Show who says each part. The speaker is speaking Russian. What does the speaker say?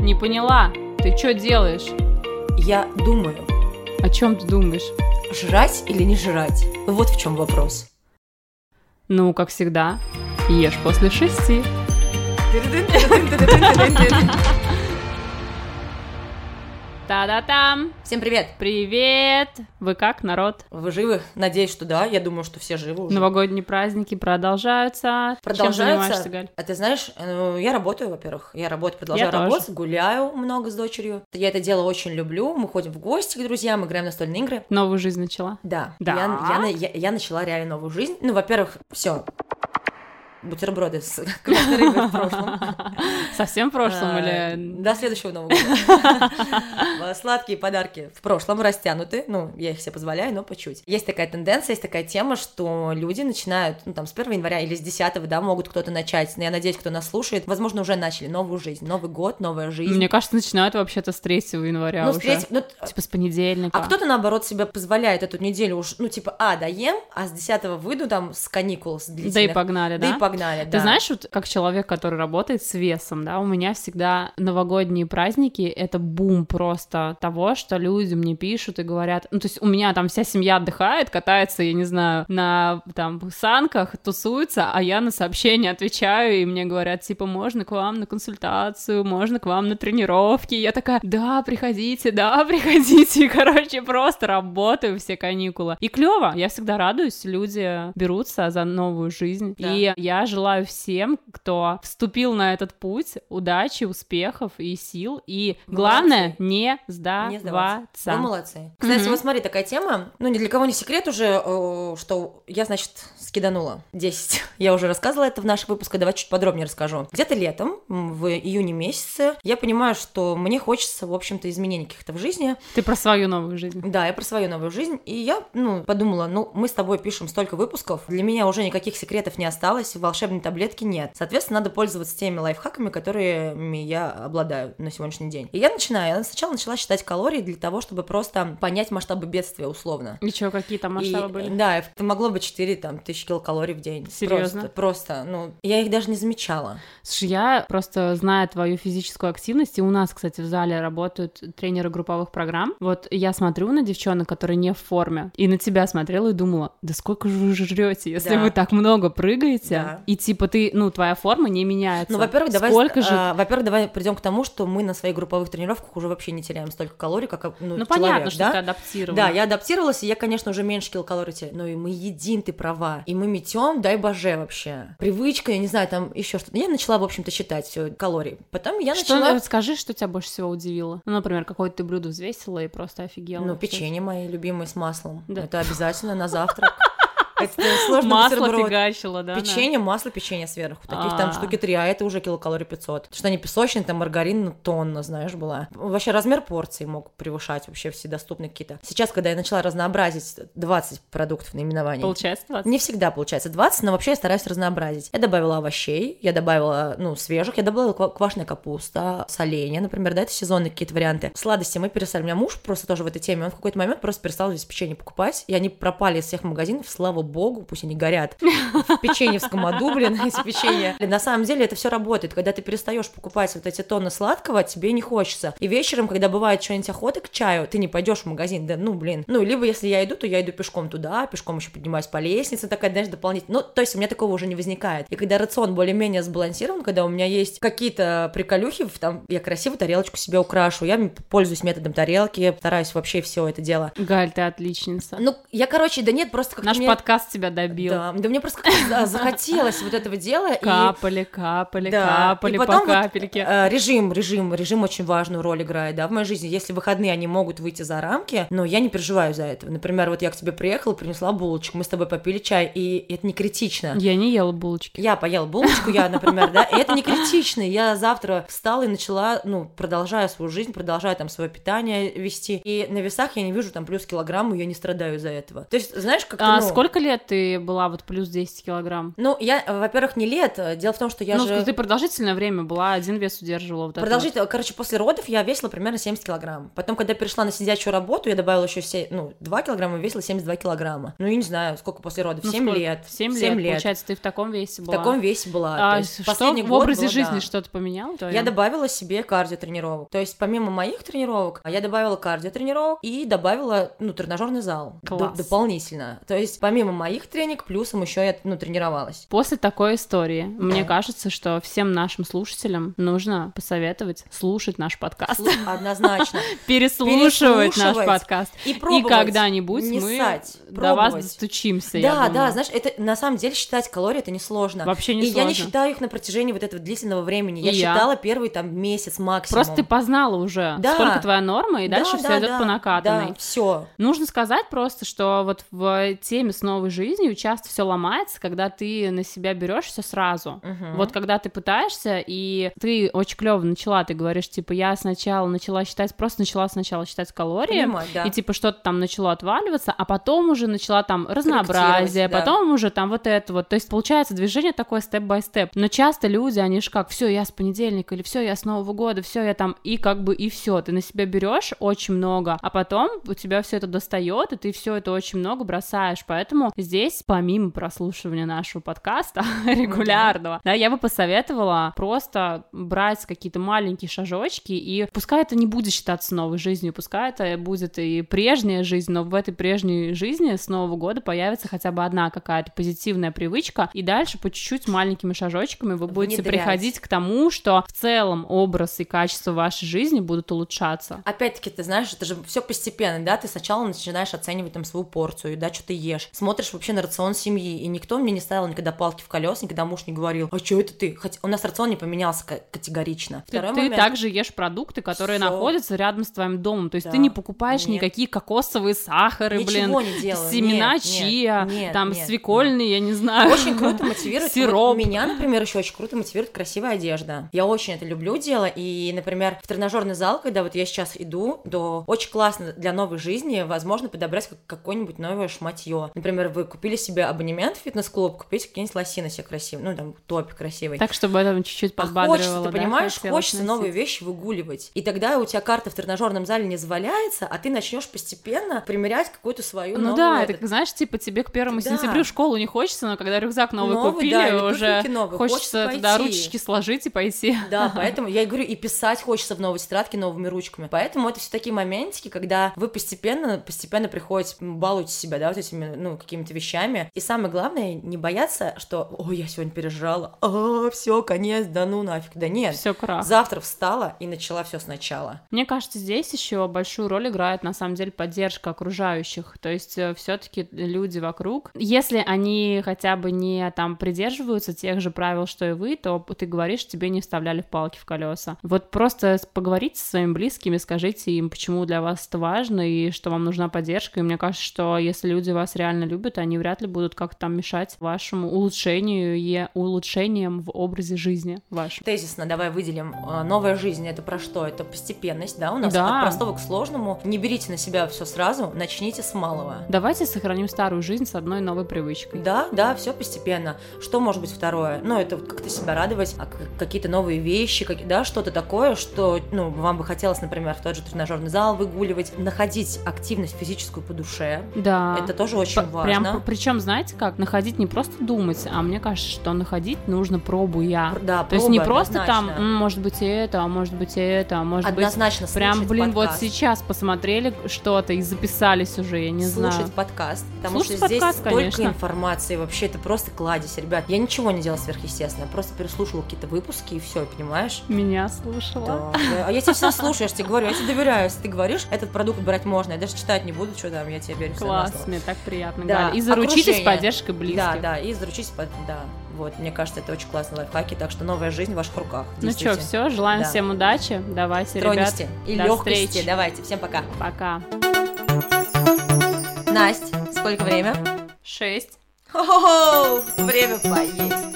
Speaker 1: Не поняла. Ты что делаешь?
Speaker 2: Я думаю,
Speaker 1: О чем ты думаешь?
Speaker 2: жрать или не жрать? Вот в чем вопрос.
Speaker 1: Ну, как всегда, ешь после шести. Та-да-там!
Speaker 2: Всем привет!
Speaker 1: Привет! Вы как, народ?
Speaker 2: Вы живы? Надеюсь, что да. Я думаю, что все живы уже.
Speaker 1: Новогодние праздники продолжаются. Чем занимаешься,
Speaker 2: Продолжается.
Speaker 1: Галь?
Speaker 2: А ты знаешь, ну, я работаю, во-первых. Я работаю, продолжаю
Speaker 1: Я тоже.
Speaker 2: работать, гуляю много с дочерью. Я это дело очень люблю. Мы ходим в гости к друзьям, играем в настольные игры.
Speaker 1: Новую жизнь начала?
Speaker 2: Да.
Speaker 1: Да.
Speaker 2: Я, я на- я- я начала реально новую жизнь. Ну, во-первых, все. Бутерброды с красной рыбой в прошлом.
Speaker 1: Совсем в прошлом
Speaker 2: А,
Speaker 1: или...
Speaker 2: До следующего Нового года. Сладкие подарки в прошлом растянуты, ну, я их себе позволяю, но по чуть. Есть такая тенденция, есть такая тема, что люди начинают, ну, там, с 1 января или с 10, да, могут кто-то начать, но я надеюсь, кто нас слушает, возможно, уже начали новую жизнь, Новый год, новая жизнь.
Speaker 1: Мне кажется, начинают вообще-то с 3 января
Speaker 2: Ну,
Speaker 1: уже.
Speaker 2: с треть- ну, т-
Speaker 1: Типа с понедельника.
Speaker 2: а кто-то, наоборот, себе позволяет эту неделю уж, ну, типа, а, доем, а с 10 выйду там с каникул, с длительных.
Speaker 1: Да и погнали, да?
Speaker 2: Да и погнали,
Speaker 1: Ты
Speaker 2: да.
Speaker 1: знаешь, вот как человек, который работает с весом, да, у меня всегда новогодние праздники — это бум просто того, что люди мне пишут и говорят, ну, то есть у меня там вся семья отдыхает, катается, я не знаю, на там санках, тусуется, а я на сообщения отвечаю, и мне говорят, типа, можно к вам на консультацию, можно к вам на тренировки, я такая, да, приходите, да, приходите, и, короче, просто работаю все каникулы. И клево, я всегда радуюсь, люди берутся за новую жизнь,
Speaker 2: Да.
Speaker 1: и я желаю всем, кто вступил на этот путь, удачи, успехов и сил. И
Speaker 2: Молодцы.
Speaker 1: главное, не
Speaker 2: Не сдаваться. Вы
Speaker 1: сдаваться.
Speaker 2: молодцы. Кстати,
Speaker 1: Мгм.
Speaker 2: вот смотри, такая тема. Ну, ни для кого не секрет уже, э, что я, значит, скиданула 10. Я уже рассказывала это в наших выпусках, давай чуть подробнее расскажу. Где-то летом, м, в июне месяце, я понимаю, что мне хочется, в общем-то, изменений каких-то в жизни.
Speaker 1: Ты про свою новую жизнь.
Speaker 2: Да, я про свою новую жизнь. И я, ну, подумала, ну, мы с тобой пишем столько выпусков, для меня уже никаких секретов не осталось, волшебной таблетки нет. Соответственно, надо пользоваться теми лайфхаками, которыми я обладаю на сегодняшний день. И я начинаю. Я сначала начала считать калории для того, чтобы просто понять масштабы бедствия условно.
Speaker 1: И чё, какие там масштабы
Speaker 2: И, э,
Speaker 1: были?
Speaker 2: Да, это могло бы 4 там, тысячи килокалорий в день.
Speaker 1: Серьёзно?
Speaker 2: Просто, просто, ну, я их даже не замечала.
Speaker 1: Слушай, я просто знаю твою физическую активность, и у нас, кстати, в зале работают тренеры групповых программ. Вот я смотрю на девчонок, которые не в форме, и на тебя смотрела и думала, да сколько же вы жрете, если
Speaker 2: Да.
Speaker 1: вы так много прыгаете,
Speaker 2: Да.
Speaker 1: и типа ты, ну, твоя форма не меняется.
Speaker 2: Ну, во-первых, давай,
Speaker 1: Сколько же
Speaker 2: а, во-первых, давай придем к тому, что мы на своих групповых тренировках уже вообще не теряем столько калорий, как ну,
Speaker 1: Ну,
Speaker 2: человек,
Speaker 1: понятно, что
Speaker 2: да?
Speaker 1: ты адаптирована.
Speaker 2: Да, я адаптировалась, и я, конечно, уже меньше килокалорий теряю. Но и мы едим, ты права. И мы метем, дай боже вообще. Привычка, я не знаю, там еще что-то. Я начала, в общем-то, считать все калории. Потом я
Speaker 1: Что,
Speaker 2: начала...
Speaker 1: э, Скажи, что тебя больше всего удивило. Ну, например, какое-то ты блюдо взвесила и просто офигела.
Speaker 2: Ну,
Speaker 1: вообще.
Speaker 2: печенье мои любимые с маслом.
Speaker 1: Да.
Speaker 2: Это обязательно на завтрак. Это сложный
Speaker 1: Масло
Speaker 2: бутерброд.
Speaker 1: фигачила, да? на?
Speaker 2: Печенье, масло, печенье сверху. Таких
Speaker 1: А.
Speaker 2: там штуки три, а это уже килокалорий 500. Потому что они песочные, там маргарин ну, тонна, знаешь, была. Вообще размер порции мог превышать вообще все доступные какие-то. Сейчас, когда я начала разнообразить 20 продуктов наименований,
Speaker 1: Получается 20?
Speaker 2: Не всегда получается 20, но вообще я стараюсь разнообразить. Я добавила овощей, я добавила, ну, свежих, я добавила ква- квашеная капуста, соленья, например, да, это сезонные какие-то варианты. Сладости мы перестали. У меня муж просто тоже в этой теме, он в какой-то момент просто перестал здесь печенье покупать, и они пропали из всех магазинов, слава богу, пусть они горят. В печеньевском аду, блин, эти печенья. Блин, На самом деле это все работает. Когда ты перестаешь покупать вот эти тонны сладкого, тебе не хочется. И вечером, когда бывает что-нибудь охота к чаю, ты не пойдешь в магазин, да ну, блин. Ну, либо если я иду, то я иду пешком туда, пешком еще поднимаюсь по лестнице, такая, знаешь, дополнительно. Ну, то есть у меня такого уже не возникает. И когда рацион более-менее сбалансирован, когда у меня есть какие-то приколюхи, там, я красиво тарелочку себе украшу, я м- пользуюсь методом тарелки, стараюсь вообще все это дело.
Speaker 1: Галь, ты отличница.
Speaker 2: Ну, я, короче, да нет, просто как-то
Speaker 1: Наш
Speaker 2: мне-
Speaker 1: подкаст тебя добил.
Speaker 2: Да, да мне просто как-то за- захотелось вот этого дела. и-
Speaker 1: Капали, капали,
Speaker 2: да.
Speaker 1: капали
Speaker 2: И
Speaker 1: по
Speaker 2: потом вот,
Speaker 1: капельке.
Speaker 2: э, режим, режим, режим очень важную роль играет, да, в моей жизни. Если выходные они могут выйти за рамки, но я не переживаю за это. Например, вот я к тебе приехала, принесла булочек, мы с тобой попили чай, и это не критично.
Speaker 1: Я не ела булочки.
Speaker 2: Я поела булочку, я, например, да, и это не критично. Я завтра встала и начала, ну, продолжаю свою жизнь, продолжаю там свое питание вести. И на весах я не вижу там плюс килограмм, и я не страдаю из-за этого. То есть, знаешь, как-то,
Speaker 1: А
Speaker 2: ну,
Speaker 1: сколько лет ты была вот плюс 10 килограмм?
Speaker 2: Ну, я, э, во-первых, не лет. э, Дело в том, что я
Speaker 1: ну,
Speaker 2: же...
Speaker 1: ты продолжительное время была, один вес удерживала. Вот это
Speaker 2: Продолжительно, короче, после родов я весила примерно 70 килограмм. Потом, когда перешла на сидячую работу, я добавила еще се- ну, 2 килограмма, и весила 72 килограмма. Ну, я не знаю, сколько после родов,
Speaker 1: вот. Ну,
Speaker 2: 7
Speaker 1: сколько?
Speaker 2: лет.
Speaker 1: Семь лет.
Speaker 2: Семь
Speaker 1: Получается, ты в таком весе
Speaker 2: В
Speaker 1: была.
Speaker 2: таком весе была.
Speaker 1: А
Speaker 2: То есть
Speaker 1: что
Speaker 2: последний
Speaker 1: в
Speaker 2: год
Speaker 1: образе
Speaker 2: было,
Speaker 1: жизни
Speaker 2: да.
Speaker 1: что-то поменял?
Speaker 2: Я добавила себе кардиотренировок. То есть, помимо моих тренировок, а я добавила кардиотренировок и добавила, ну, тренажерный зал. Д-
Speaker 1: Класс.
Speaker 2: дополнительно. То есть, помимо моих тренинг, плюсом еще я, ну, тренировалась.
Speaker 1: После такой истории, мне кажется, что всем нашим слушателям нужно посоветовать слушать наш подкаст,
Speaker 2: Слу- Однозначно.
Speaker 1: переслушивать наш
Speaker 2: Переслушивать.
Speaker 1: подкаст.
Speaker 2: И
Speaker 1: И
Speaker 2: пробовать.
Speaker 1: когда-нибудь
Speaker 2: не
Speaker 1: мы
Speaker 2: ссать,
Speaker 1: до вас
Speaker 2: пробовать.
Speaker 1: достучимся, я
Speaker 2: Да, да,
Speaker 1: думаю.
Speaker 2: знаешь, это на самом деле считать калории это несложно.
Speaker 1: Вообще не
Speaker 2: И я не
Speaker 1: сложно.
Speaker 2: считаю их на протяжении вот этого длительного времени. Я
Speaker 1: И я.
Speaker 2: считала первый там месяц максимум.
Speaker 1: Просто ты познала уже,
Speaker 2: Да.
Speaker 1: сколько твоя норма, и
Speaker 2: Да,
Speaker 1: дальше все
Speaker 2: да,
Speaker 1: идет
Speaker 2: да,
Speaker 1: по накатанной.
Speaker 2: Да, все.
Speaker 1: Нужно сказать просто, что вот в теме с новой жизнью часто все ломается, когда ты на себя берешь все сразу. Вот когда ты пытаешься, и ты очень клево начала, ты говоришь, типа, я сначала начала считать, просто начала сначала считать калории,
Speaker 2: да.
Speaker 1: и типа что-то там начало отваливаться, а потом уже начала там разнообразие,
Speaker 2: да.
Speaker 1: потом уже там вот это вот. То есть получается движение такое степ-бай-степ. Но часто люди, они же как, все, я с понедельника, или все, я с Нового года, все, я там, и как бы и все. Ты на себя берешь очень много, а потом у тебя все это достает, и ты все это очень много бросаешь. Поэтому здесь, помимо прослушивания нашего подкаста
Speaker 2: Ну
Speaker 1: регулярного, да, я бы посоветовала просто брать какие-то маленькие шажочки, и пускай это не будет считаться новой жизнью, пускай это будет и прежняя жизнь, но в этой прежней жизни с Нового года появится хотя бы одна какая-то позитивная привычка, и дальше по чуть-чуть маленькими шажочками вы будете
Speaker 2: Внедрять.
Speaker 1: приходить к тому, что в целом образ и качество вашей жизни будут улучшаться.
Speaker 2: Опять-таки, ты знаешь, это же все постепенно, да, ты сначала начинаешь оценивать там свою порцию, да, что ты ешь, смотришь вообще на рацион семьи, и никто мне не ставил никогда палки в колес, никогда муж не говорил, а что это ты? Хотя у нас рацион не поменялся ка- категорично.
Speaker 1: Ты,
Speaker 2: Второй
Speaker 1: ты
Speaker 2: момент.
Speaker 1: также ешь продукты, которые
Speaker 2: Всё.
Speaker 1: находятся рядом с твоим домом. То есть ты
Speaker 2: Да.
Speaker 1: не покупаешь
Speaker 2: Нет.
Speaker 1: никакие кокосовые сахары,
Speaker 2: Ничего
Speaker 1: блин,
Speaker 2: не делаю.
Speaker 1: семена
Speaker 2: Нет,
Speaker 1: чиа,
Speaker 2: нет, нет,
Speaker 1: там
Speaker 2: нет,
Speaker 1: свекольные, я не знаю.
Speaker 2: Очень круто мотивирует.
Speaker 1: Сироп.
Speaker 2: Вот меня, например, еще очень круто мотивирует красивая одежда. Я очень это люблю дело. И, например, в тренажерный зал, когда вот я сейчас иду, то очень классно для новой жизни, возможно, подобрать как- какое-нибудь новое шматье. Например, вы купили себе абонемент в фитнес-клуб, купите какие-нибудь лосины себе красивые, ну, там, топик красивый.
Speaker 1: Так, чтобы это чуть-чуть
Speaker 2: А
Speaker 1: подбадривало.
Speaker 2: хочется, ты
Speaker 1: да,
Speaker 2: понимаешь,
Speaker 1: хотелось
Speaker 2: хочется
Speaker 1: носить.
Speaker 2: новые вещи выгуливать. И тогда у тебя карта в тренажерном зале не заваляется, а ты начнешь постепенно примерять какую-то свою
Speaker 1: Ну
Speaker 2: новую
Speaker 1: да, это
Speaker 2: этот,
Speaker 1: как, знаешь, типа тебе к первому
Speaker 2: Да.
Speaker 1: сентябрю в школу не хочется, но когда рюкзак новый,
Speaker 2: Новый,
Speaker 1: купили,
Speaker 2: да, или
Speaker 1: уже
Speaker 2: туфельки новые,
Speaker 1: хочется,
Speaker 2: хочется
Speaker 1: туда
Speaker 2: пойти.
Speaker 1: ручечки сложить и пойти.
Speaker 2: Да, поэтому я и говорю, и писать хочется в новой тетрадке новыми ручками. Поэтому это все такие моментики, когда вы постепенно, постепенно приходите, м, балуете себя, да, вот этими, ну, какими-то вещами. И самое главное, не бояться, что, ой, я сегодня пережрала, а, все, конец, да ну нафиг, да нет.
Speaker 1: Все крах.
Speaker 2: Завтра встала и начала все сначала.
Speaker 1: Мне кажется, здесь еще большую роль играет на самом деле поддержка окружающих. То есть все-таки люди вокруг, если они хотя бы не там придерживаются тех же правил, что и вы, то ты говоришь, тебе не вставляли в палки в колеса. Вот просто с- поговорите со своими близкими, скажите им, почему для вас это важно и что вам нужна поддержка. И мне кажется, что если люди вас реально любят, они вряд ли будут как-то там мешать вашему улучшению и улучшениям в образе жизни вашем.
Speaker 2: Тезисно давай выделим. А, Новая жизнь это про что? Это постепенность, да, у нас
Speaker 1: Да.
Speaker 2: от простого к сложному. Не берите на себя все сразу, начните с малого.
Speaker 1: Давайте сохраним старую жизнь с одной новой привычкой.
Speaker 2: Да, да, все постепенно. Что может быть второе? Ну, это вот как-то себя радовать, а к- какие-то новые вещи, как- да, что-то такое, что, ну, вам бы хотелось, например, в тот же тренажерный зал выгуливать, находить активность физическую по душе.
Speaker 1: Да.
Speaker 2: Это тоже очень
Speaker 1: А, П-
Speaker 2: важно.
Speaker 1: Прям, причем, знаете как, находить не просто думать, а мне кажется, что находить нужно пробуя.
Speaker 2: Пр- Да,
Speaker 1: То есть не
Speaker 2: пробы
Speaker 1: просто там,
Speaker 2: однозначно.
Speaker 1: «М, может быть, и это, а может быть, и это, а может быть...
Speaker 2: однозначно
Speaker 1: Прям,
Speaker 2: слушать
Speaker 1: блин, вот
Speaker 2: подкаст.
Speaker 1: сейчас посмотрели что-то и записались уже, я не
Speaker 2: слушать
Speaker 1: знаю.
Speaker 2: подкаст, потому
Speaker 1: Слушать
Speaker 2: что здесь
Speaker 1: подкаст,
Speaker 2: столько
Speaker 1: конечно.
Speaker 2: информации, вообще это просто кладезь, ребят. Я ничего не делала сверхъестественного, просто переслушала какие-то выпуски и все, понимаешь?
Speaker 1: Меня слушала.
Speaker 2: Да, да. А я тебя всегда слушаю, я же тебе говорю, я тебе доверяю. Если ты говоришь, этот продукт брать можно, я даже читать не буду, что там, я тебе верю всё на
Speaker 1: Класс,
Speaker 2: слово.
Speaker 1: мне так приятно,
Speaker 2: Да,
Speaker 1: Галя. И заручитесь
Speaker 2: окружение.
Speaker 1: поддержкой близких.
Speaker 2: Да, да, и заручись, под- да. Вот, мне кажется, это очень классные лайфхаки, так что новая жизнь в ваших руках.
Speaker 1: Ну что,
Speaker 2: действуйте.
Speaker 1: все, желаем
Speaker 2: Да.
Speaker 1: всем удачи. Давайте, ребят,
Speaker 2: Стройности и
Speaker 1: до
Speaker 2: легкости.
Speaker 1: встречи.
Speaker 2: Давайте, всем пока.
Speaker 1: пока.
Speaker 2: Настя, сколько время?
Speaker 1: Шесть.
Speaker 2: Хо-хо-хо, время поесть.